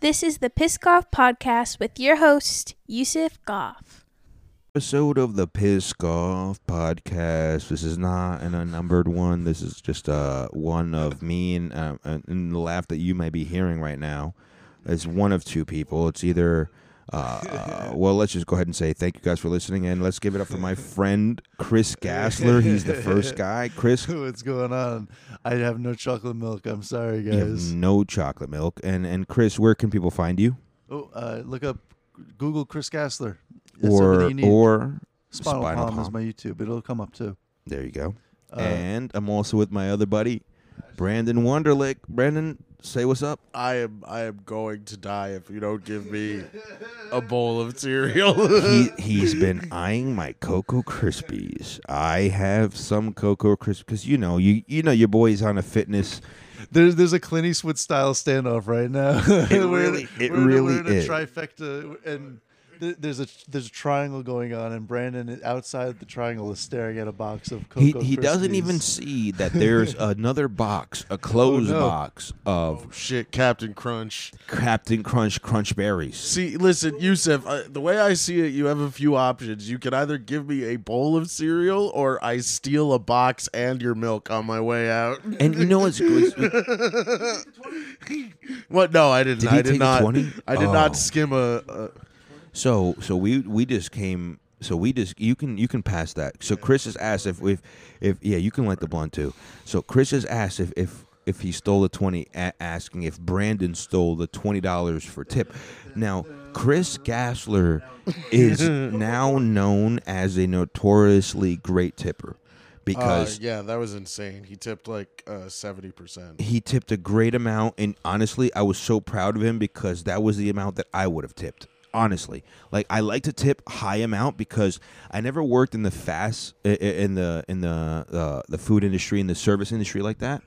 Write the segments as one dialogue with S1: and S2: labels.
S1: This is the Piss Goff Podcast with your host, Yusuf Goff.
S2: episode of the Piss Off podcast. This is not an unnumbered one. This is just uh, one of me and, uh, and- and the laugh that you may be hearing right now is one of two people. It's either, uh, uh, well, let's just go ahead and say thank you guys for listening and let's give it up for my friend Chris Gassler. He's the first guy. Chris,
S3: What's going on? I have no chocolate milk. I'm sorry,
S2: you have
S3: guys.
S2: no chocolate milk. And, and Chris, where can people find you?
S3: Oh, uh, look up Google Chris Gassler. That's everything
S2: Or,
S3: you need.
S2: or
S3: Spinal,
S2: Spinal
S3: Palm, is
S2: Palm.
S3: my YouTube. It'll come up too.
S2: there you go.
S3: Uh,
S2: and I'm also with my other buddy, Brandon Wonderlick. Brandon, say what's up.
S4: I am I am going to die if you don't give me a bowl of cereal.
S2: He he's been eyeing my Cocoa Krispies. I have some Cocoa Krispies because you know you you know your boy's on a fitness.
S3: there's there's a Clint Eastwood style standoff right now. It
S2: really- it
S3: we're
S2: really
S3: in a, we're in a
S2: is.
S3: trifecta, and th- there's a there's a triangle going on, and Brandon outside the triangle is staring at a box of Cocoa.
S2: He he doesn't even
S3: Krispies.
S2: see that there's another box, a closed
S3: Oh, no. Oh,
S2: box of
S4: Shit, Captain Crunch.
S2: Captain Crunch Crunch Berries.
S4: See, listen, Yusuf, I, the way I see it, you have a few options. You can either give me a bowl of cereal or I steal a box and your milk on my way out.
S2: And you know what's, what's
S4: What? No, I didn't.
S2: Did he
S4: I did
S2: take a
S4: not.
S2: 20?
S4: I did
S2: Oh.
S4: not skim a, uh, a
S2: So so we we just came. So we just you can you can pass that. So Chris has asked if if if yeah you can light the blunt too. So Chris has asked if if if he stole the twenty, a- asking if Brandon stole the twenty dollars for tip. Now Chris Gassler is now known as a notoriously great tipper
S4: uh,
S2: because
S4: yeah, that was insane. He tipped like uh, seventy percent.
S2: he tipped a great amount and honestly i was so proud of him because that was the amount that i would have tipped honestly like i like to tip high amount because i never worked in the fast i- i- in the in the uh, the food industry in the service industry like that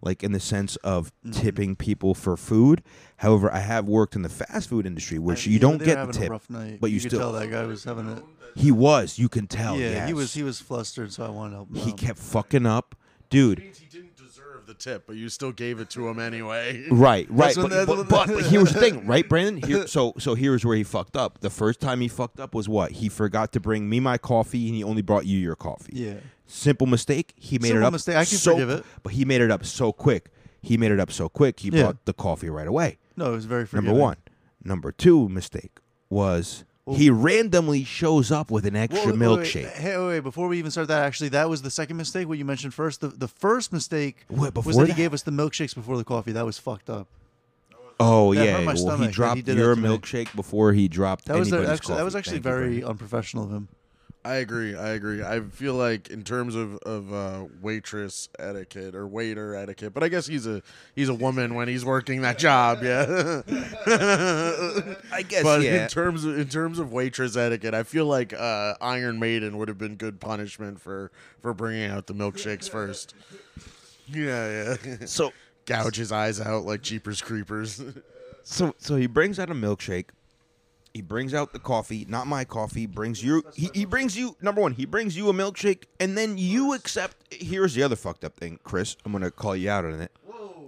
S2: like in the sense of
S3: Mm-hmm.
S2: tipping people for food however i have worked in the fast food industry which you
S3: Yeah,
S2: don't
S3: they were
S2: get the
S3: having a
S2: tip
S3: rough night.
S2: but you,
S3: could
S2: still
S3: tell that guy was having a
S2: he was you can tell
S3: yeah.
S2: yes.
S3: He was he was flustered, so I wanted to help him.
S2: he
S3: out.
S2: kept fucking up dude
S4: He didn't deserve the tip, but you still gave it to him anyway.
S2: Right, right.
S3: when-
S2: But,
S3: that's
S2: but,
S3: when-
S2: but- but here's the thing, right, Brandon? Here, so so here's where he fucked up. The first time he fucked up was what? He forgot to bring me my coffee, and he only brought you your coffee.
S3: Yeah.
S2: Simple mistake. He made it
S3: Simple
S2: up.
S3: mistake. I can
S2: so,
S3: forgive it.
S2: But he made it up so quick. He made it up so quick. He
S3: Yeah.
S2: brought the coffee right away.
S3: No, it was very
S2: Number
S3: forgiving.
S2: one. Number two mistake was he randomly shows up with an
S3: Well,
S2: extra
S3: wait, wait,
S2: milkshake.
S3: Wait, hey, wait, wait, before we even start that, actually, that was the second mistake. What you mentioned first, the, the first mistake
S2: Wait,
S3: was
S2: before
S3: that he
S2: that?
S3: gave us the milkshakes before the coffee. That was fucked up.
S2: Oh
S3: That
S2: yeah.
S3: hurt my
S2: well,
S3: stomach that
S2: he
S3: he
S2: dropped
S3: did that
S2: your
S3: to me.
S2: milkshake before he dropped
S3: That was
S2: anybody's
S3: actually,
S2: coffee.
S3: that was actually
S2: Thank you, Brandon.
S3: very unprofessional of him.
S4: I agree. I agree. I feel like in terms of of uh, waitress etiquette or waiter etiquette, but I guess he's a he's a woman when he's working that job. Yeah.
S2: I guess
S4: but
S2: yeah.
S4: in terms of in terms of waitress etiquette, I feel like uh, Iron Maiden would have been good punishment for for bringing out the milkshakes first. Yeah, yeah.
S2: so
S4: Gouge his eyes out like Jeepers Creepers.
S2: So so he brings out a milkshake. He brings out the coffee, not my coffee. Brings you. He, he brings you number one. He brings you a milkshake, and then you accept. Here's the other fucked up thing, Chris. I'm gonna call you out on it.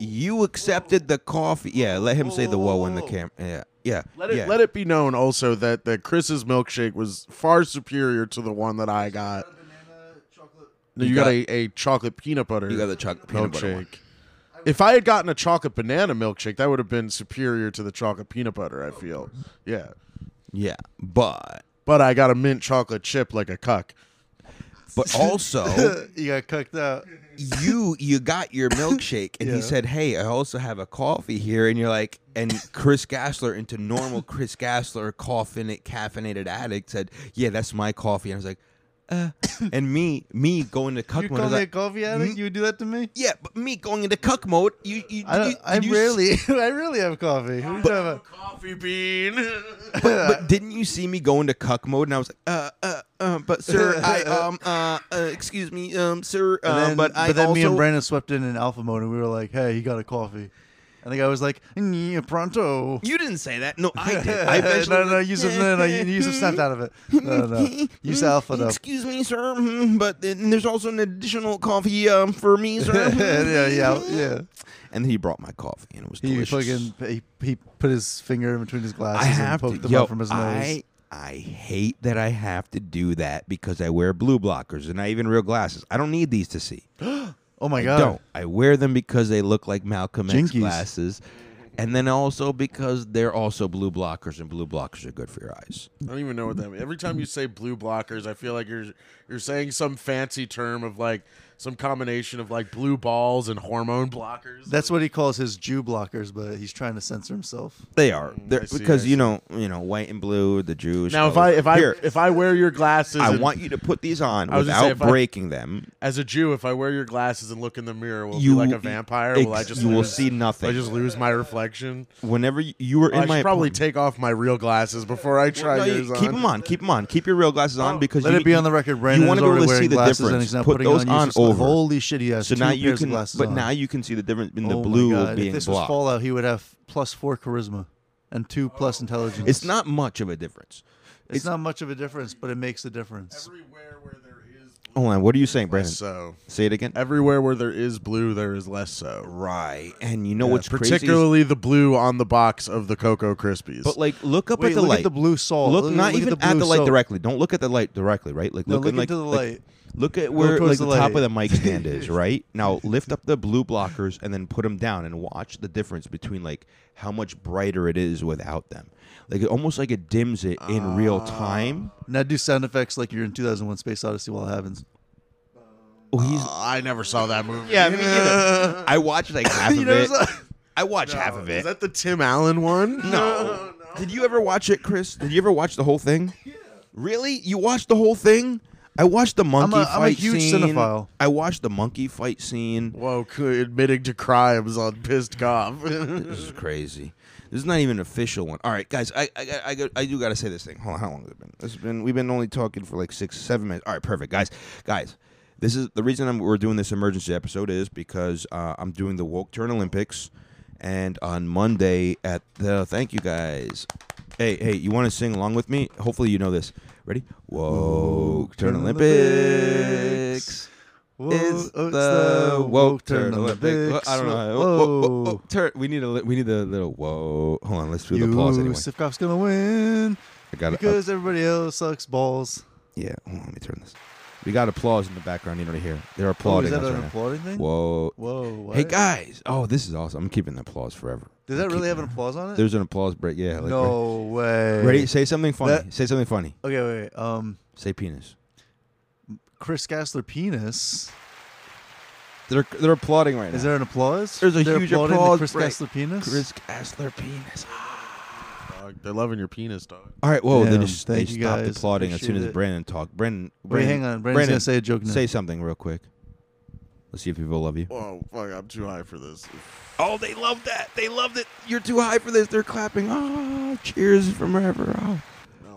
S2: You accepted the coffee. Yeah, let him say the whoa in the camera. Yeah, yeah.
S4: Let it
S2: yeah.
S4: let it be known also that that Chris's milkshake was far superior to the one that I got. You, got,
S2: got-
S4: a, a chocolate peanut butter.
S2: You got the chocolate peanut butter one.
S4: If I had gotten a chocolate banana milkshake, that would have been superior to the chocolate peanut butter. I feel, yeah.
S2: Yeah, but
S4: But I got a mint chocolate chip like a cuck.
S2: but also
S3: you got cucked out.
S2: you you got your milkshake, and he
S3: Yeah.
S2: said, "Hey, I also have a coffee here," and you're like, and Chris Gassler into normal Chris Gassler caffeinated caffeinated addict said, "Yeah, that's my coffee," and I was like, uh, and me me going to cuck
S3: You
S2: mode, I
S3: call
S2: was
S3: me a
S2: like,
S3: coffee addict?
S2: Hmm?
S3: You would do that to me?
S2: yeah, but me going into cuck mode, you you
S3: I don't.
S2: you,
S3: I
S2: you s-
S3: rarely. I rarely have coffee. Who are you talking about?
S4: Coffee bean.
S2: But, but didn't you see me go into cuck mode? And I was like, uh, uh, uh but sir, I um, uh, uh, excuse me, um, sir, um,
S3: And then-
S2: but I
S3: then
S2: also
S3: me and Brandon swept in in alpha mode, and we were like, "Hey, he got a coffee." And the guy was like, "Nye, pronto.
S2: You didn't say that. No, I did. I eventually
S3: no, no, no, use a, no, no, you- use a snap out of it. No, no, no. Use alpha though.
S2: Hmm, Excuse me, sir, mhm, but then there's also an additional coffee um, for me, sir.
S3: yeah, yeah, yeah.
S2: And he brought my coffee, and it was
S3: He
S2: delicious.
S3: fucking he, he put his finger in between his glasses
S2: I have
S3: and
S2: to,
S3: poked them
S2: yo,
S3: out from his nose.
S2: I, I hate that I have to do that because I wear blue blockers and not even real glasses. I don't need these to see.
S3: oh my
S2: I
S3: god!
S2: don't. I wear them because they look like Malcolm X
S3: Jinkies.
S2: glasses, and then also because they're also blue blockers, and blue blockers are good for your eyes.
S4: I don't even know what that means. Every time you say blue blockers, I feel like you're you're saying some fancy term of like some combination of like blue balls and hormone blockers.
S3: That's what he calls his Jew blockers, but he's trying to censor himself.
S2: They are they're,
S4: Mm, I see,
S2: because
S4: I
S2: you know you know white and blue, the Jewish.
S4: now if I
S2: colors.
S4: if I
S2: Here,
S4: if I wear your glasses,
S2: I
S4: and-
S2: want you to put these on
S4: I was gonna
S2: without
S4: say, if I-
S2: breaking them.
S4: as a Jew, if I wear your glasses and look in the mirror, will it
S2: You-
S4: be like a vampire? will I
S2: ex-
S4: just
S2: you will
S4: lose-
S2: see nothing.
S4: I just lose my reflection.
S2: Whenever you, you
S3: Oh,
S2: were in
S4: I
S2: my
S4: should probably
S2: apartment-
S4: take off my real glasses before I try
S2: No, you-
S4: yours
S2: keep them on, keep them on, keep your real glasses on because
S3: Oh, Let
S2: you,
S3: it be on the record. Brandon
S2: wanna
S3: is
S2: be able
S3: already
S2: to see
S3: wearing
S2: the
S3: glasses, and
S2: differ's.
S3: he's now
S2: Put
S3: putting
S2: those
S3: on,
S2: on
S3: useless glasses.
S2: over.
S3: Holy shit! He has
S2: So
S3: two
S2: now
S3: pairs
S2: you
S3: of
S2: can,
S3: glasses
S2: but
S3: on.
S2: now you can see the difference in the
S3: Oh my
S2: blue
S3: God.
S2: being
S3: If this
S2: blocked.
S3: was Fallout, he would have plus four charisma and two plus intelligence.
S2: It's not much of a difference.
S3: It's, not much of a difference, but it makes a difference.
S4: Everywhere where there is
S2: Hold on, what are you saying, Brandon?
S4: so.
S2: Say it again.
S4: Everywhere where there is blue, there is less so.
S2: Right, and you know what's crazy? is-
S4: Particularly the blue on the box of the Cocoa Krispies.
S2: but like, look up
S3: Wait,
S2: at the
S3: look
S2: light.
S3: at the blue salt.
S2: Look,
S3: Look-
S2: not
S3: look at
S2: even
S3: the
S2: at
S3: blue
S2: the light
S3: salt.
S2: directly. Don't look at the light directly, right? Like,
S3: No,
S2: look,
S3: look
S2: in, like,
S3: into the
S2: like-
S3: light.
S2: Look at where like
S3: towards the
S2: the, top of
S3: light.
S2: the mic stand is, right? Now lift up the blue blockers and then put them down and watch the difference between like how much brighter it is without them. Like it almost like it dims it in real
S3: Ah.
S2: time.
S3: Now do sound effects like you're in 2001: Space Odyssey while it happens.
S2: Oh, he's
S4: Uh,
S3: Ah.
S4: I never saw that movie.
S2: I watched like half
S3: You
S2: of
S3: know,
S2: it.
S3: it's like-
S2: I watched half of
S4: Is
S2: it.
S4: that the Tim Allen one?
S2: No. Did you ever watch it, Chris? Did you ever watch the whole thing? Yeah. Really? You watched the whole thing? I watched the monkey
S3: a-
S2: fight
S3: I'm a huge
S2: scene.
S3: cinephile.
S2: I watched the monkey fight scene.
S4: Whoa, c- admitting to crimes on pissed cop.
S2: This is crazy. This is not even an official one. All right, guys, I I, got- I, got- I do got to say this thing. Hold on, how long has it been? It's been we've been only talking for like six, seven minutes. All right, perfect, guys, guys. This is the reason I'm, we're doing this emergency episode is because uh, I'm doing the Woke Turn Olympics, and on Monday at the thank you guys. Hey, hey, you want to sing along with me? Hopefully, you know this. Ready? Woke Turn
S3: Turn
S2: Olympics.
S3: Olympics. Whoa,
S2: It's
S3: oh, it's
S2: the woke turn
S3: turn
S2: Olympics. I don't know. Whoa, whoa, whoa, whoa, turn. We need a li- we need a little whoa. Hold on, let's do the pause anyway.
S3: Sivkov's gonna win
S2: I got to
S3: because everybody else sucks balls. Oh,
S2: yeah. Hold on, let me turn this. We got applause in the background. You don't hear. They're
S3: Oh,
S2: applauding
S3: is that
S2: us
S3: an
S2: right now.
S3: applauding thing?
S2: Whoa.
S3: Whoa! What?
S2: Hey guys. Oh, this is awesome. I'm keeping the applause forever.
S3: does
S2: I'm
S3: that
S2: keeping
S3: really have an
S2: it.
S3: applause on it?
S2: There's an applause break. Yeah. Like
S3: no way.
S2: Ready? Say something funny.
S3: That-
S2: say something funny.
S3: Okay, wait. wait. Um,
S2: Say penis.
S3: Chris Gassler penis.
S2: They're they're applauding right now.
S3: Is there an applause?
S2: There's a
S3: They're
S2: huge
S3: applauding the
S2: applause
S3: Chris
S2: break.
S3: Gassler penis.
S2: Chris Gassler penis?
S4: Dog, They're loving your penis, dog.
S2: All right. Whoa.
S3: Damn,
S2: they just they
S3: thank you
S2: stopped
S3: guys.
S2: applauding as soon
S3: Appreciate
S2: as
S3: it.
S2: Brandon talked. Brandon.
S3: Wait,
S2: Brandon
S3: hang on. Brandon's
S2: Brandon,
S3: gonna say a joke now.
S2: Say something real quick. Let's see if people love you.
S4: Whoa, fuck, I'm too high for this.
S2: Oh, they love that. They loved it. You're too high for this. They're clapping. Oh, cheers from wherever. Oh,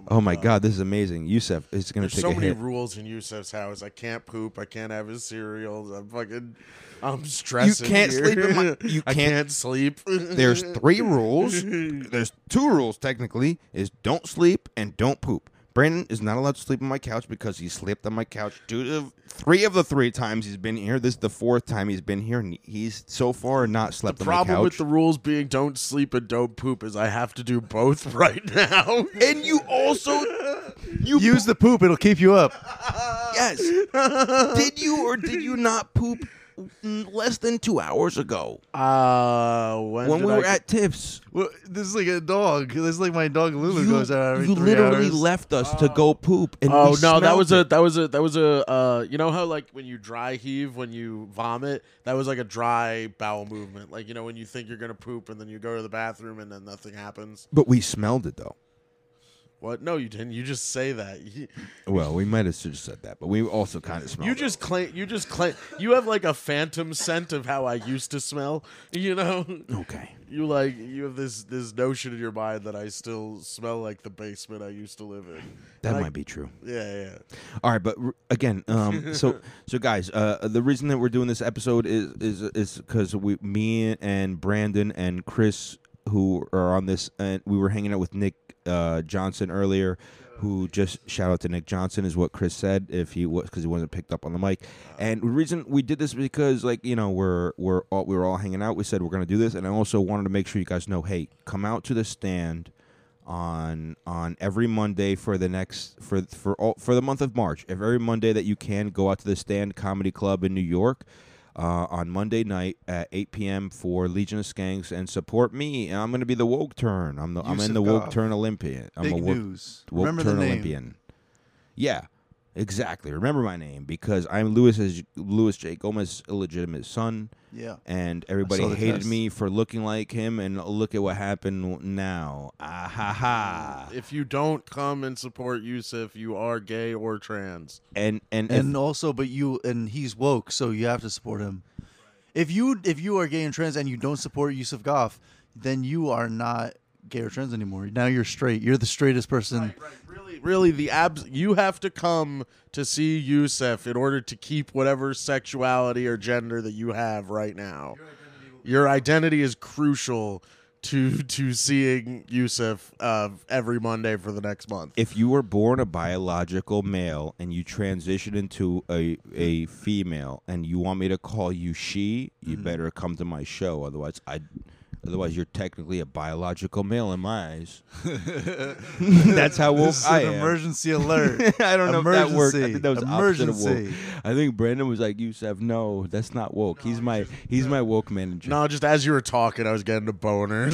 S4: Oh
S2: oh my God, this is amazing. Yusef is going to
S4: There's
S2: take
S4: so
S2: a
S4: many
S2: hit.
S4: rules in Yusef's house. I can't poop. I can't have his cereals. I'm fucking. I'm
S2: you
S4: stressing.
S2: can't
S4: here.
S2: sleep. In my, you
S4: I
S2: can't.
S4: can't sleep.
S2: There's three rules. There's two rules technically: is don't sleep and don't poop. Brandon is not allowed to sleep on my couch because he slept on my couch two to three of the three times he's been here. This is the fourth time he's been here, and he's so far not slept
S4: The
S2: on my couch.
S4: problem with the rules being don't sleep and don't poop is I have to do both right now.
S2: and you also you
S3: Use the poop. It'll keep you up.
S2: Yes. did you or did you not poop n- less than two hours ago
S4: uh, when,
S2: when
S4: did
S2: we
S4: I
S2: were
S4: get-
S2: at Tiff's?
S3: Well, this is like a dog. This is like my dog Lulu
S2: You,
S3: goes out every
S2: you
S3: three
S2: literally
S3: hours.
S2: left us to go poop, and
S4: Oh
S2: we
S4: no, that
S2: smelled
S4: was a
S2: it.
S4: that was a that was a uh, you know how like when you dry heave when you vomit that was like a dry bowel movement like you know when you think you're gonna poop and then you go to the bathroom and then nothing happens.
S2: But we smelled it though.
S4: What? No, you didn't. You just say that. You,
S2: Well, we might have just said that, but we also kind of smelled.
S4: you
S2: it.
S4: just claim. You just claim. You have like a phantom scent of how I used to smell. You know.
S2: okay.
S4: You like you have this this notion in your mind that I still smell like the basement I used to live in.
S2: That
S4: And I-
S2: might be true.
S4: Yeah, yeah.
S2: All right, but r- again, um, so so guys, uh, the reason that we're doing this episode is is is because we, me and Brandon and Chris, who are on this, and we were hanging out with Nick uh, Johnson earlier, who just shout out to Nick Johnson is what Chris said if he was because he wasn't picked up on the mic, and the reason we did this because like you know we're we're all we were all hanging out. We said we're gonna do this, and I also wanted to make sure you guys know, hey, come out to the stand on on every Monday for the next for for all, for the month of March. Every Monday that you can, go out to the Stand Comedy Club in New York uh, on Monday night at 8 p.m. for Legion of Skanks and support me. And I'm going to be the woke turn. I'm the I'm in
S3: Yusuf
S2: the woke
S3: Goff.
S2: turn Olympian. I'm
S3: Big
S2: a woke,
S3: news.
S2: woke
S3: Remember the
S2: turn
S3: name.
S2: Olympian. Yeah. Exactly. Remember my name because I'm Louis Louis J. Gomez's illegitimate son
S3: Yeah.
S2: and everybody
S3: saw the
S2: hated
S3: test.
S2: me for looking like him and look at what happened now ah ha ha
S4: If you don't come and support Yusuf, you are gay or trans.
S2: and and,
S3: and also but you and he's woke so you have to support him if you if you are gay and trans and you don't support yusuf goff then you are not gay or trans anymore now you're straight you're the straightest person
S4: Really, really, the abs. You have to come to see Yusuf in order to keep whatever sexuality or gender that you have right now. Your identity is crucial to to seeing Yusuf uh, every Monday for the next month.
S2: if you were born a biological male and you transition into a a female and you want me to call you she you
S3: Mm-hmm.
S2: better come to my show otherwise i otherwise you're technically a biological male in my eyes that's how woke
S3: this is
S2: i
S3: an
S2: am
S3: emergency alert
S2: I don't know if that worked. I
S3: Emergency.
S2: think that was opposite of woke.
S3: Emergency.
S2: I think Brandon was like, "Yusef, no, that's not woke. he's my he's my woke manager."
S4: No, just as you were talking, I was getting a boner.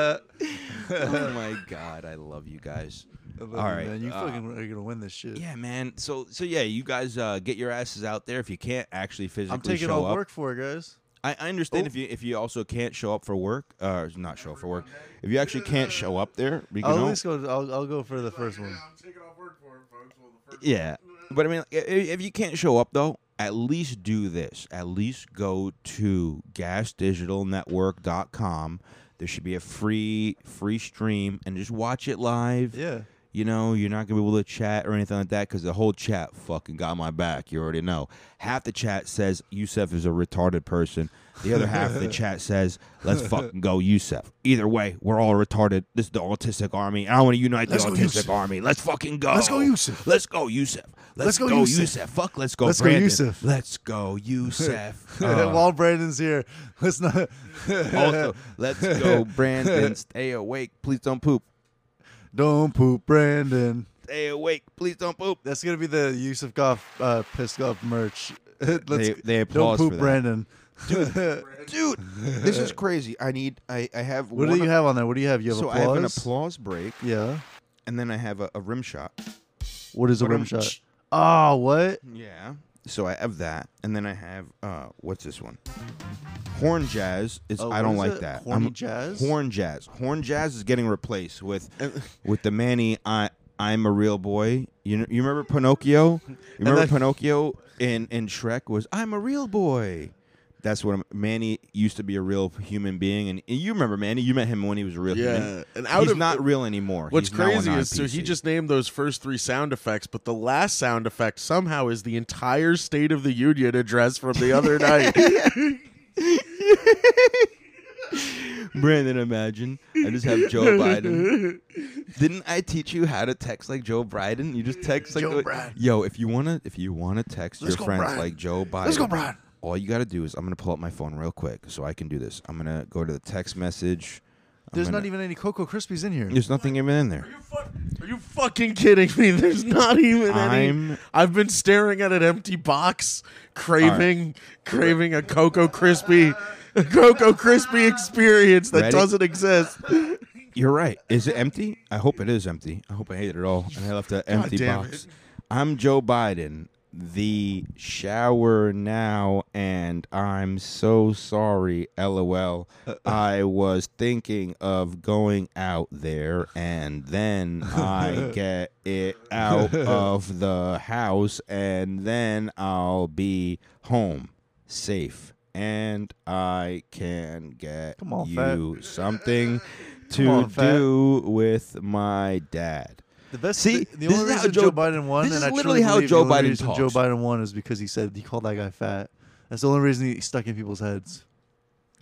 S2: oh my god, I love you guys.
S3: I love
S2: All right,
S3: man you
S2: uh,
S3: fucking are gonna win this shit
S2: Yeah, man. So so yeah, you guys uh, get your asses out there if you can't actually physically
S3: i'm taking
S2: show
S3: all
S2: up.
S3: work for it guys
S2: I, I understand if you if you also can't show up for work uh, or not show up for work. If you actually can't show up there, you
S3: i'll
S2: know,
S3: at least go I'll, I'll go for the first one
S2: yeah. But I mean, i- if you can't show up though, at least do this. At least go to gasdigitalnetwork.com. There should be a free free stream and just watch it live.
S3: yeah
S2: You know, you're not gonna be able to chat or anything like that because the whole chat fucking got my back. You already know. Half the chat says Yusef is a retarded person. The other half of the chat says, "Let's fucking go, Yusef." Either way, we're all retarded. This is the autistic army, and I want to unite
S3: Let's
S2: the
S3: go,
S2: autistic
S3: Yusef.
S2: army. Let's fucking go.
S3: Let's go, Yusef.
S2: Let's go, Yusef. Let's,
S3: Let's
S2: go,
S3: go,
S2: Yusef.
S3: Yusef.
S2: Fuck, let's go,
S3: Let's go,
S2: Brandon.
S3: Yusef.
S2: Let's go, Yusef. Uh,
S3: while brandon's here let's not
S2: also, let's go, Brandon. Stay awake. Please don't poop.
S3: don't poop brandon
S2: Stay awake. Please don't poop.
S3: That's gonna be the Yusuf Goff uh, pissed off merch. Let's,
S2: They- they
S3: don't
S2: applaud
S3: poop
S2: for that.
S3: Brandon.
S2: dude this is crazy i need i i have
S3: What do
S2: one
S3: you
S2: of-
S3: have on there? What do you have? You have
S2: so
S3: applause.
S2: i have an applause break
S3: Yeah.
S2: and then i have a, a rim shot
S3: What is a
S2: What
S3: rim
S2: am-
S3: shot? Oh, what?
S2: yeah so i have that and then i have uh what's this one horn jazz is
S3: Oh,
S2: i
S3: what
S2: don't
S3: is
S2: like
S3: it?
S2: that
S3: Horny jazz?
S2: horn jazz horn jazz is getting replaced with with the manny i i'm a real boy you know, you remember pinocchio you remember pinocchio in in shrek was i'm a real boy that's what I'm, Manny used to be a real human being, and, and you remember Manny. You met him when he was a real
S4: Yeah,
S2: human.
S4: and out
S2: he's
S4: of-
S2: not real anymore.
S4: uh, What's
S2: He's now a
S4: crazy is so he
S2: non-PC.
S4: just named those first three sound effects, but the last sound effect somehow is the entire State of the Union address from the other night.
S2: Brandon. Imagine I just have Joe Biden. Didn't I teach you how to text like Joe Biden? You just text like
S3: Joe Biden.
S2: yo. If you wanna, if you wanna text
S3: Let's
S2: your
S3: go,
S2: friends
S3: Biden.
S2: like Joe Biden,
S3: Let's go, Brian.
S2: all you gotta do is I'm gonna pull up my phone real quick so I can do this. I'm gonna go to the text message. I'm
S3: There's
S2: gonna-
S3: not even any Cocoa Krispies in here.
S2: There's nothing even in there.
S4: Are you fucking kidding me? There's not even
S2: I'm-
S4: any. I've been staring at an empty box, craving, craving a Cocoa Crispy, a Cocoa Crispy experience that
S2: Ready?
S4: doesn't exist.
S2: You're right. Is it empty? I hope it is empty. I hope I ate it all and I left an empty
S4: damn
S2: box. I'm Joe Biden. the shower now and I'm so sorry, lol.
S3: Uh-uh.
S2: I was thinking of going out there and then I get it out of the house and then I'll be home safe and I can get
S3: Come on, Fat.
S2: you something
S3: Come
S2: to
S3: on, Fat.
S2: do with with my dad.
S3: The best.
S2: See,
S3: thi- the
S2: this
S3: only
S2: is how
S3: reason
S2: Joe-
S3: Joe, Biden won,
S2: this
S3: and
S2: is
S3: I truly
S2: literally how
S3: believe
S2: Joe
S3: the only
S2: Biden
S3: reason
S2: talks.
S3: Joe Biden won is because he said he called that guy fat. That's the only reason he stuck in people's heads.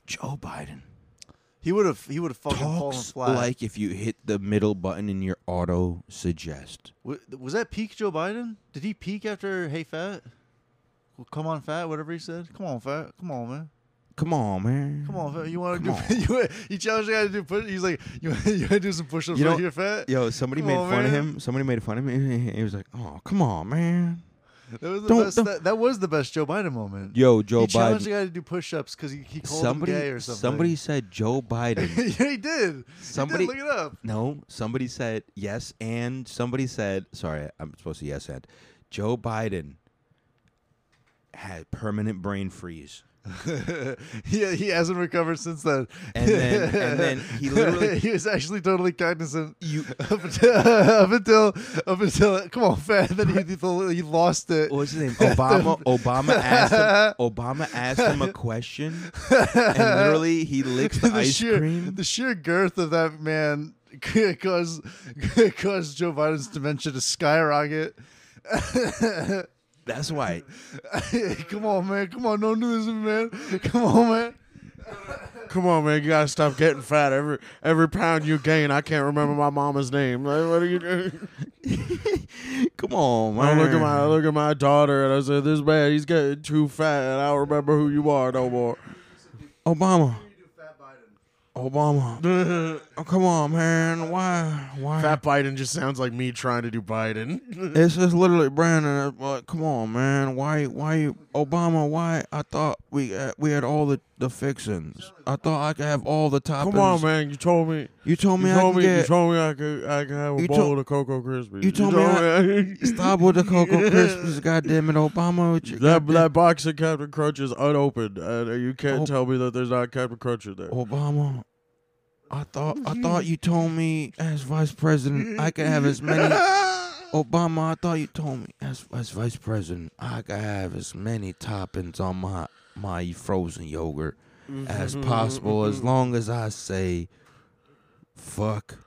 S2: Joe Biden.
S3: He would have. He would have fucking fallen
S2: talks
S3: flat.
S2: like if you hit the middle button in your auto suggest.
S3: Wa- was that peak Joe Biden? Did he peak after "Hey fat"? Well, come on, fat. Whatever he said. Come on, fat. Come on, man.
S2: Come on, man.
S3: Come on, fat. You want
S2: Come
S3: to do? You, wa- you challenged the guy to do push. He's like, you, want to do some push-ups
S2: You know-
S3: right here, fat.
S2: Yo, somebody
S3: Come
S2: made
S3: on,
S2: fun of
S3: man.
S2: him. Somebody made fun of him. He was like, "Oh, come on, man."
S3: That was the
S2: Don't-
S3: best.
S2: don't-
S3: That, that was the best Joe Biden moment.
S2: Yo, Joe
S3: he challenged the
S2: Biden.
S3: guy to do push-ups because he, he called
S2: Somebody,
S3: him gay or something.
S2: somebody said Joe Biden.
S3: yeah, he did.
S2: Somebody-
S3: Somebody look it up.
S2: no, somebody said yes, and somebody said, "Sorry, I'm supposed to yes and." Joe Biden had permanent brain freeze.
S3: yeah, he hasn't recovered since then.
S2: And then- and then he literally-
S3: he was actually totally cognizant
S2: You
S3: up until up until up until come on, fat. Then he, he, he lost it.
S2: What was his name? Obama. Obama asked him. Obama asked him a question, and literally he licks the, ice
S3: sheer,
S2: cream.
S3: The sheer girth of that man caused caused Joe Biden's dementia to skyrocket.
S2: That's why.
S3: come on, man. Come on, don't do this, man. Come on, man.
S4: Come on, man, you gotta stop getting fat. Every every pound you gain, I can't remember my mama's name. Like, what are you doing?
S2: Come on,
S4: I
S2: man.
S4: look at my I look at my daughter and I said, This man, he's getting too fat and I don't remember who you are no more.
S2: Obama. Obama. oh, come on, man. Why? Why?
S4: Fat Biden just sounds like me trying to do Biden.
S2: It's just literally Brandon. uh, Like, come on, man. Why? Why you, Obama? Why? I thought we uh, we had all the the fixings. I thought I could have all the toppings.
S4: Come on, man. You told me.
S2: You told me
S4: You
S2: I
S4: told
S2: could
S4: me, you
S2: get.
S4: told me I could I could have a
S2: You
S4: bowl
S2: told-
S4: of Cocoa Krispies.
S2: you told me
S4: me I-
S2: Stop with the Cocoa Krispies, goddamn it, Obama. with your
S4: that
S2: goddamn-
S4: that box of Captain Crunch is unopened. And you can't
S2: Oh.
S4: tell me that there's not Captain Crunch in there.
S2: Obama, I thought I thought you told me as vice president I could have as many. Obama, I thought you told me as as vice president I could have as many toppings on my my frozen yogurt as possible, as long as I say, fuck,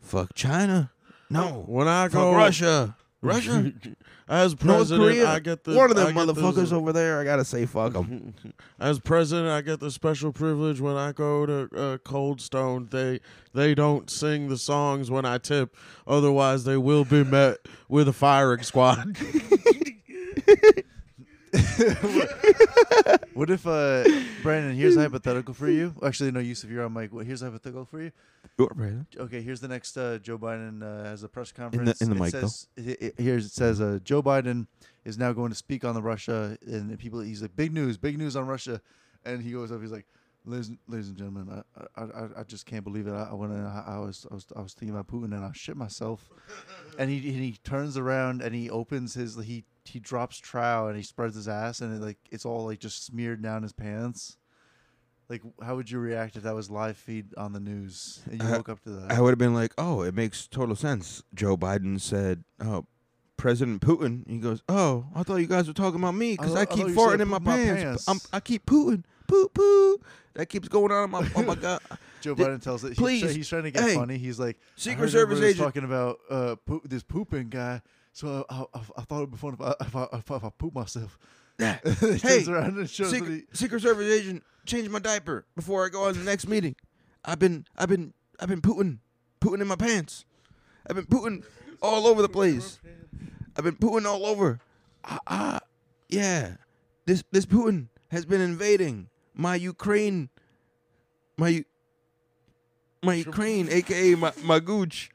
S2: fuck China, no,
S4: When I go
S2: fuck Russia, Russia,
S4: as
S2: North
S4: president,
S2: Korea.
S4: I get the
S2: One of
S4: I
S2: them
S4: get the-
S2: motherfuckers over there. I gotta say, fuck them.
S4: As president, I get the special privilege when I go to uh, Cold Stone. They they don't sing the songs when I tip, otherwise they will be met with a firing squad.
S3: What if, uh, Brandon? Here's a hypothetical for you. Actually, no, Yusuf, you're on mic. What- Here's a hypothetical for you. Okay, here's the next. Uh, Joe Biden uh, has a press conference.
S2: in the
S3: It
S2: mic, though.
S3: says, i- i- here's it says uh, Joe Biden is now going to speak on the Russia and the people. He's like big news, big news on Russia, and he goes up. He's like, ladies, ladies and gentlemen, I, I, I, I just can't believe it. I, I went. in, I, I was, I was, I was thinking about Putin, and I shit myself. and he and he turns around and he opens his he he drops trow and he spreads his ass and it like it's all like just smeared down his pants. Like, how would you react if that was live feed on the news and you
S2: I-
S3: woke up to that?
S2: I would have been like, "Oh, it makes total sense." Joe Biden said, "Oh, President Putin." He goes, "Oh, I thought you guys were talking about me because
S3: I-
S2: I,
S3: I
S2: keep
S3: thought you
S2: farting
S3: said
S2: in my
S3: poop my
S2: pants.
S3: pants."
S2: I'm, I keep pooting, poo poo. That keeps going on in my. Oh my god!
S3: Joe
S2: Th-
S3: Biden tells it. He's,
S2: please,
S3: try- he's trying to get
S2: hey,
S3: funny. He's like I
S2: Secret
S3: heard
S2: Service
S3: everybody was
S2: agent.
S3: talking about uh, poop, this pooping guy. So I, I, I thought it'd be fun if I if I, if I, if I poop myself.
S2: Yeah.
S3: he
S2: Hey,
S3: turns around and shows that
S2: Secret, Secret Service agent, change my diaper before I go on the next meeting. I've been, I've been, I've been pooting, pooting in my pants. I've been pooting all over the place. I've been pooting all over. Ah, ah, yeah. This this Putin has been invading my Ukraine, my U- my Ukraine, aka my my gooch.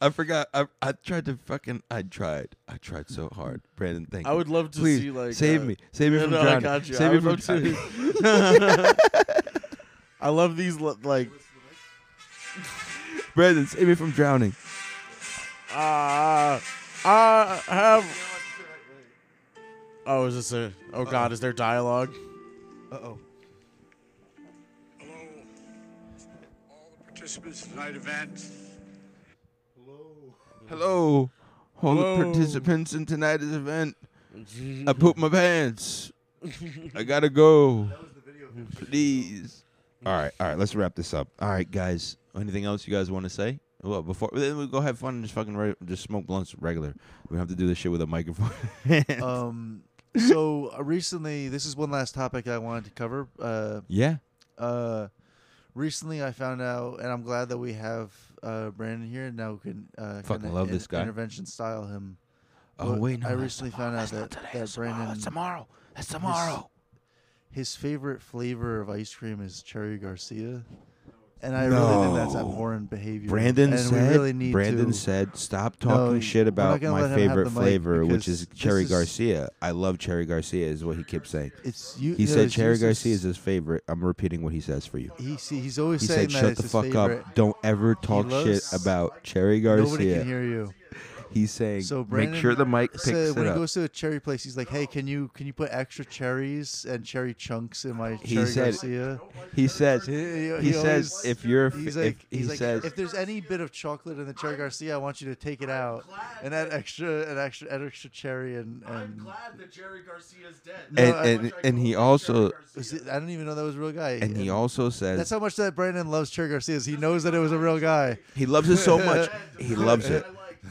S2: I forgot. I I tried to fucking. I tried. I tried so hard. Brandon, thank
S4: I
S2: you.
S4: would love to
S2: Please
S4: see like
S2: save
S4: uh,
S2: me, save me
S4: yeah,
S2: from
S4: no, I
S2: drowning.
S4: got you.
S2: Save
S4: I
S2: me
S4: would
S2: from
S4: love
S2: drowning.
S4: to. I love these li- like
S2: Brandon, save me from drowning.
S4: ah I have Oh, is this a? Oh God, is there dialogue?
S3: Uh oh.
S5: Hello, all the participants tonight event.
S2: Hello, all the
S4: Hello.
S2: participants in tonight's event. I pooped my pants. I gotta go. Please. All right, all right. Let's wrap this up. All right, guys. Anything else you guys want to say? Well, before then we go have fun and just fucking re- just smoke blunts regular. We don't have to do this shit with a microphone.
S3: Um. So uh, recently, this is one last topic I wanted to cover. Uh,
S2: yeah.
S3: uh, recently I found out, and I'm glad that we have uh, Brandon here and now. We can uh,
S2: Fucking
S3: kinda
S2: love this guy.
S3: Intervention style him.
S2: Oh
S3: But
S2: wait, no.
S3: I
S2: that's
S3: recently found out that, that Brandon
S2: tomorrow. That's
S3: tomorrow. his favorite flavor of ice cream is cherry Garcia, and I really think that's
S2: No.
S3: abhorrent behavior.
S2: Brandon
S3: and
S2: said.
S3: we really need
S2: Brandon
S3: to,
S2: said, "Stop
S3: No,
S2: talking
S3: you-
S2: shit
S3: we're
S2: about
S3: not gonna
S2: my
S3: let him have
S2: favorite
S3: the mic
S2: flavor, which
S3: because
S2: is Cherry
S3: this is-
S2: Garcia. I love Cherry Garcia," is what he kept saying.
S3: It's you.
S2: He
S3: no,
S2: said
S3: it's
S2: Cherry
S3: useless.
S2: Garcia is his favorite. I'm repeating what he says for you.
S3: He, see, he's always
S2: He said,
S3: saying that
S2: "Shut
S3: it's
S2: the
S3: his
S2: fuck
S3: favorite.
S2: up! Don't ever talk shit
S3: loves-
S2: about Cherry
S3: Nobody can
S2: Garcia."
S3: hear you.
S2: He's saying,
S3: So
S2: "Make sure
S3: Brandon
S2: the mic picks
S3: So
S2: it
S3: when he
S2: up."
S3: goes to a cherry place, he's like, "Hey, can you can you put extra cherries and cherry chunks in my
S2: He
S3: cherry
S2: said-
S3: Garcia?"
S2: he says,
S3: He-
S2: "He,
S3: he
S2: says
S3: always-
S2: if you're
S3: He's
S2: if,
S3: like,
S2: he
S3: he's like,
S2: says
S3: if there's any bit of chocolate in the cherry Garcia, I want you to take it out and add extra, an extra, an extra cherry and and
S4: that Jerry Garcia's dead.
S3: No,
S2: and
S3: I-
S2: and, and he also
S3: was it- I don't even know that was a real guy.
S2: and he also says
S3: that's how much that Brandon loves cherry Garcia. Is he knows that it was a real guy.
S2: He loves it so much. He loves it.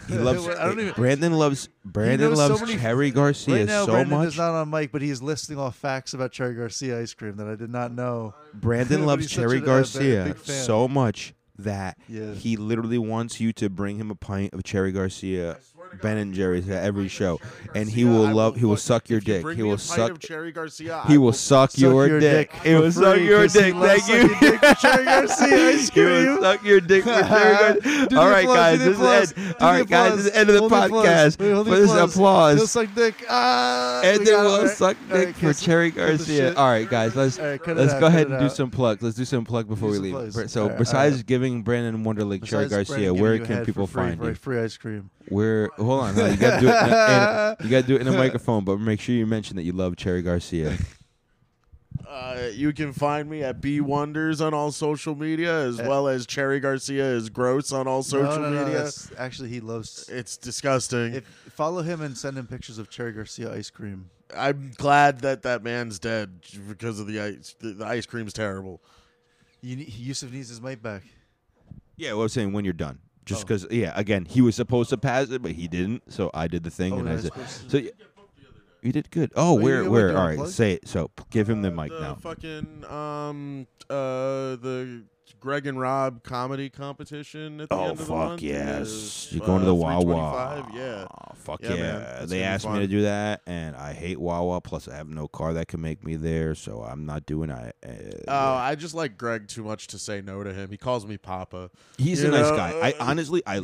S2: He loves
S3: I don't even-
S2: it. Brandon loves Brandon
S3: knows so
S2: loves
S3: many-
S2: Cherry Garcia
S3: right now,
S2: so
S3: Brandon
S2: much.
S3: is not on mic, but he is listing off facts about cherry Garcia ice cream that I did not know.
S2: Brandon
S3: but
S2: loves
S3: he's such
S2: Cherry
S3: an- a big-
S2: Garcia
S3: big fan.
S2: so much that
S3: Yeah.
S2: he literally wants you to bring him a pint of Cherry Garcia Ben and Jerry's at every show, and he will love. He will suck your dick. He will
S4: Of
S2: suck.
S4: Cherry Garcia. I
S2: He will suck your dick. He
S3: for
S2: will suck
S3: free
S2: your
S3: 'cause he
S2: dick.
S3: loves
S2: Thank you.
S3: sucking dick for Cherry Garcia ice
S2: He
S3: cream.
S2: will suck your dick for Cherry Garcia.
S3: Do the
S2: All right,
S3: applause,
S2: guys,
S3: do the
S2: this is
S3: applause,
S2: end.
S3: do
S2: All
S3: the
S2: right, guys, this is
S3: applause.
S2: the end of the
S3: Hold applause.
S2: podcast.
S3: Wait, hold the
S2: But this is
S3: He'll
S2: applause.
S3: suck dick. Ah,
S2: And
S3: we
S2: then
S3: got it.
S2: we'll
S3: Alright,
S2: suck
S3: alright,
S2: dick for
S3: cancel-
S2: Cherry
S3: cancel the
S2: Garcia.
S3: shit.
S2: All right, guys, let's
S3: Alright, cut it
S2: let's
S3: out,
S2: go
S3: cut
S2: ahead
S3: it
S2: and do
S3: out.
S2: some plugs. Let's do some plug before
S3: Do
S2: we
S3: some
S2: leave.
S3: plugs.
S2: Br- So,
S3: Alright,
S2: besides
S3: alright.
S2: giving Brandon Wonderlick Cherry
S3: Besides
S2: Garcia,
S3: Brandon
S2: where
S3: giving you
S2: can
S3: head
S2: people
S3: for free,
S2: find
S3: for
S2: you?
S3: Free ice cream.
S2: Where hold on, no, you gotta do it. In a, in a- you gotta do it in a microphone, but make sure you mention that you love Cherry Garcia.
S4: Uh, you can find me at B Wonders on all social media, as well as Cherry Garcia is gross on all social
S3: no, no, no,
S4: media.
S3: that's- actually, he loves.
S4: It's disgusting.
S3: If follow him and send him pictures of Cherry Garcia ice cream.
S4: I'm glad that that man's dead because of the ice. The, the ice cream's terrible.
S3: You, ne- Yusuf needs his mic back.
S2: Yeah, well, I was saying when you're done. Just
S3: Oh.
S2: because, yeah, again, he was supposed to pass it, but he didn't. So I did the thing,
S3: Oh,
S2: and
S3: yeah,
S2: I
S3: it's
S2: said,
S3: supposed
S2: "So y- you did good." Oh,
S3: you
S2: where,
S3: did what,
S2: where?
S3: you're
S2: All right,
S3: unplugged?
S2: say it. So p- give him the mic
S4: the
S2: now.
S4: fucking um uh the Greg and Rob comedy competition at the
S2: Oh
S4: end of the
S2: fuck
S4: month
S2: yes!
S4: is,
S2: You're going to
S4: uh,
S2: the Wawa.
S4: 325, Yeah.
S2: Fuck
S4: Yeah,
S2: yeah!
S4: man. It's gonna
S2: They
S4: be
S2: asked me
S4: fun.
S2: to do that, and I hate Wawa. Plus, I have no car that can make me there, so I'm not doing it. Uh,
S4: Oh, I just like Greg too much to say no to him. He calls me Papa.
S2: He's
S4: you
S2: a nice
S4: know,
S2: guy. I
S4: uh,
S2: honestly, I,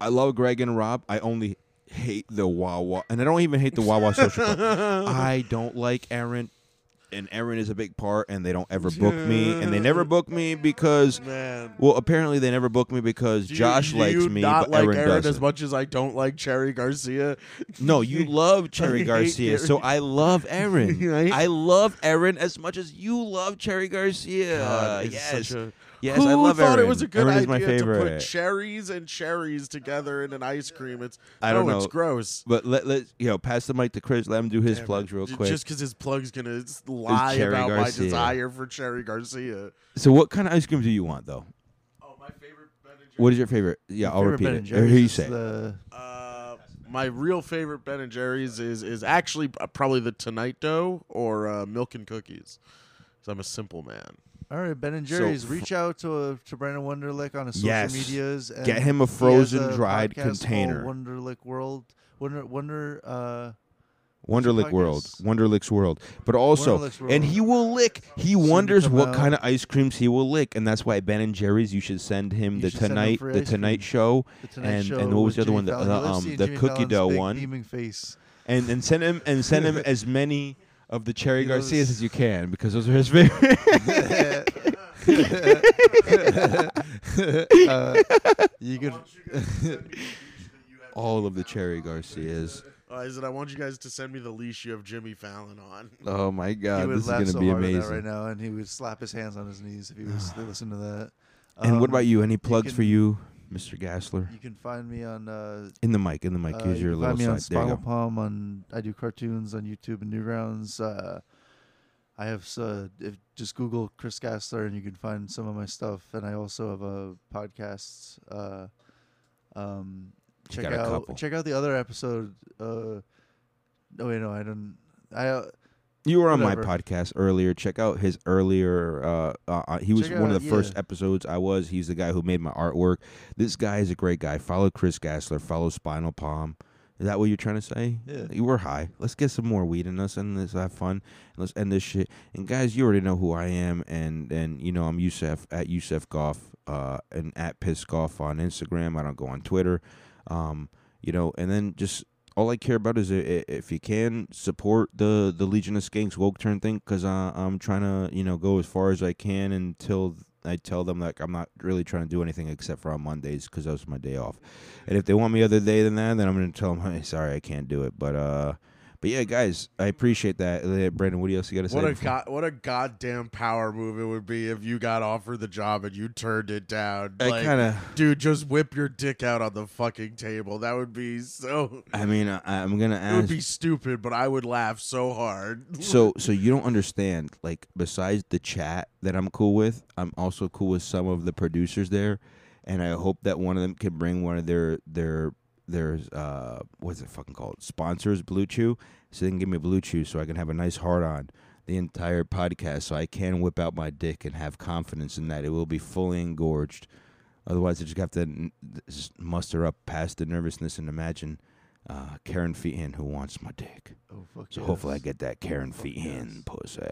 S2: I love Greg and Rob. I only hate the Wawa, and I don't even hate the Wawa social club. I don't like Aaron, and Aaron is a big part. And they don't ever book me, and they never book me because,
S4: Man.
S2: well, apparently they never book me because
S4: Do you-
S2: Josh
S4: do
S2: likes
S4: you
S2: me,
S4: not
S2: but
S4: like
S2: Aaron, doesn't.
S4: as much as I don't like Cherry Garcia.
S2: No, you love Cherry
S4: hate
S2: Garcia,
S4: Cherry-
S2: so I love Aaron.
S4: Right?
S2: I love Aaron as much as you love Cherry Garcia.
S4: God, it's
S2: Uh, yes,
S4: such a-
S2: yes,
S4: Who
S2: I love
S4: thought
S2: Aaron.
S4: it was a good
S2: Aaron
S4: idea
S2: is my
S4: to put
S2: favorite.
S4: cherries and cherries together in an ice cream? It's
S2: I don't
S4: no,
S2: know.
S4: It's gross.
S2: but let let you know, pass the mic to Chris. Let him do his plugs real
S4: Ju-
S2: quick.
S4: Just because his plug's gonna s- lie
S2: Cherry
S4: about
S2: Garcia.
S4: my desire for Cherry Garcia.
S2: so, what kind of ice cream do you want, though?
S4: Oh, my favorite Ben and
S2: What is your favorite? Yeah, I'll
S3: Favorite
S2: repeat
S3: Ben
S2: it.
S3: and
S2: Or
S3: Jerry's
S2: you
S3: is
S2: say. it.
S3: the-
S4: Uh, my real favorite Ben and Jerry's is is actually uh, probably the Tonight Dough or uh, Milk and Cookies. Cause I'm a simple man.
S3: All right, Ben and Jerry's.
S2: f-
S3: reach out to uh, to Brandon Wonderlick on his social
S2: Yes.
S3: medias. And
S2: Get him a
S3: um, he has
S2: frozen
S3: a
S2: dried
S3: podcast called
S2: container.
S3: Wonderlick World. Wonder Wonder. Uh,
S2: Wonderlick World,
S3: podcast?
S2: Wonderlick's World, but also,
S3: Wonderlick's
S2: and
S3: World.
S2: he will lick. He wonders
S3: come
S2: what
S3: out.
S2: kind of ice creams he will lick, and that's why Ben and Jerry's. You should send him
S3: You
S2: the
S3: should send him
S2: tonight,
S3: free
S2: the
S3: ice
S2: Tonight
S3: cream.
S2: Show,
S3: the Tonight
S2: and
S3: Show
S2: and what was the
S3: with
S2: other one,
S3: Jimmy
S2: the,
S3: Fallon. You
S2: the,
S3: love
S2: um,
S3: seeing
S2: the
S3: Jimmy
S2: cookie
S3: Fallon's
S2: dough
S3: big
S2: one,
S3: beaming face.
S2: and and send him and send him as many of the Cherry
S3: He loves-
S2: Garcias as you can because those are his favorite.
S3: You could.
S2: All of the Cherry Garcias.
S4: Uh, I said, I want you guys to send me the leash you have Jimmy Fallon on.
S2: Oh my
S3: he
S2: god,
S3: would
S2: this is
S3: laugh
S2: gonna
S3: so
S2: be
S3: hard at
S2: amazing.
S3: that right now, and he would slap his hands on his knees if he was to listen to that.
S2: and what
S3: Um,
S2: about you? Any plugs for
S3: can-
S2: you, Mr. Gassler?
S3: You can find me on. Uh,
S2: In the mic, in the mic.
S3: uh,
S2: Here's
S3: you
S2: your
S3: can
S2: little
S3: find me on
S2: side. There you
S3: Spinal
S2: go.
S3: Palm. On I do cartoons on YouTube and Newgrounds. Uh, I have s- uh, if just Google Chris Gassler and you can find some of my stuff. And I also have a podcast. Uh, um,
S2: He's
S3: check
S2: got a
S3: out
S2: couple.
S3: check out the other episode. Uh, no wait, no, I don't. I uh,
S2: You were on my
S3: whatever.
S2: podcast earlier. Check out his earlier. Uh, uh, uh, he was
S3: Check
S2: one
S3: out-
S2: of the first
S3: yeah.
S2: episodes I was. He's the guy who made my artwork. This guy is a great guy. Follow Chris Gassler. Follow Spinal Palm. Is that what you're trying to say?
S3: Yeah.
S2: You were high. Let's get some more weed in us and let's have fun. Let's end this shit. And guys, you already know who I am. And and you know I'm Yusef at Yusef Golf uh, and at Piss Golf on Instagram. I don't go on Twitter. Um, you know, and then just all I care about is i- i- if you can support the the Legion of Skanks woke turn thing because I'm trying to you know go as far as I can until I tell them like I'm not really trying to do anything except for on Mondays because that was my day off. And if they want me other day than that, then I'm gonna tell them hey sorry I can't do it. But uh, but yeah guys, I appreciate that. Uh, Brandon, what else you got to say?
S4: What a
S2: before-
S4: god, what a goddamn power move it would be if you got offered the job and you turned it down.
S2: I
S4: Like,
S2: kinda-
S4: dude, just whip your dick out on the fucking table. That would be so.
S2: I mean I, I'm gonna
S4: It
S2: ask.
S4: would be stupid, but I would laugh so hard.
S2: so so you don't understand like besides the chat that i'm cool with i'm also cool with some of the producers there and i hope that one of them can bring one of their their their uh what's it fucking called sponsors blue chew so they can give me blue chew so i can have a nice hard on the entire podcast so i can whip out my dick and have confidence in that it will be fully engorged otherwise i just have to n- just muster up past the nervousness and imagine uh, karen feehan who wants my dick
S3: oh fuck.
S2: so
S3: yes.
S2: hopefully I get that Karen feet hand pussy.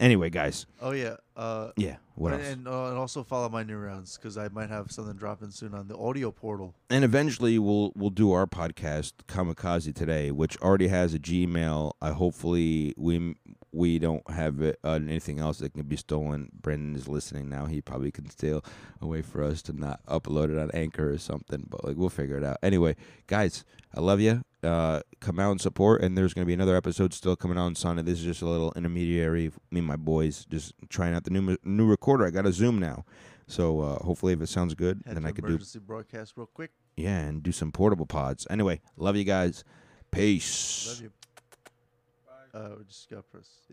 S2: anyway, guys.
S3: Oh yeah. Uh,
S2: Yeah. What
S3: and,
S2: else? And,
S3: And, uh, and also follow my new rounds because I might have something dropping soon on the audio portal.
S2: eventually we'll we'll do our podcast Kamikaze today, which already has a Gmail. I hopefully we we don't have it, uh, anything else that can be stolen. Brendan is listening now. He probably can steal a way for us to not upload it on Anchor or something. But like we'll figure it out. Anyway, guys, I love you. Uh, come out and support. And there's gonna be another episode still coming out on Sunday. This is just a little intermediary. Me and my boys just trying out the new new recorder. I got a Zoom now, so uh, hopefully if it sounds good,
S3: Had
S2: then
S3: to
S2: I could do
S3: emergency broadcast real quick.
S2: yeah, and do some portable pods. Anyway, love you guys. Peace.
S3: Love you. Uh, Oh, we just got press. Yeah.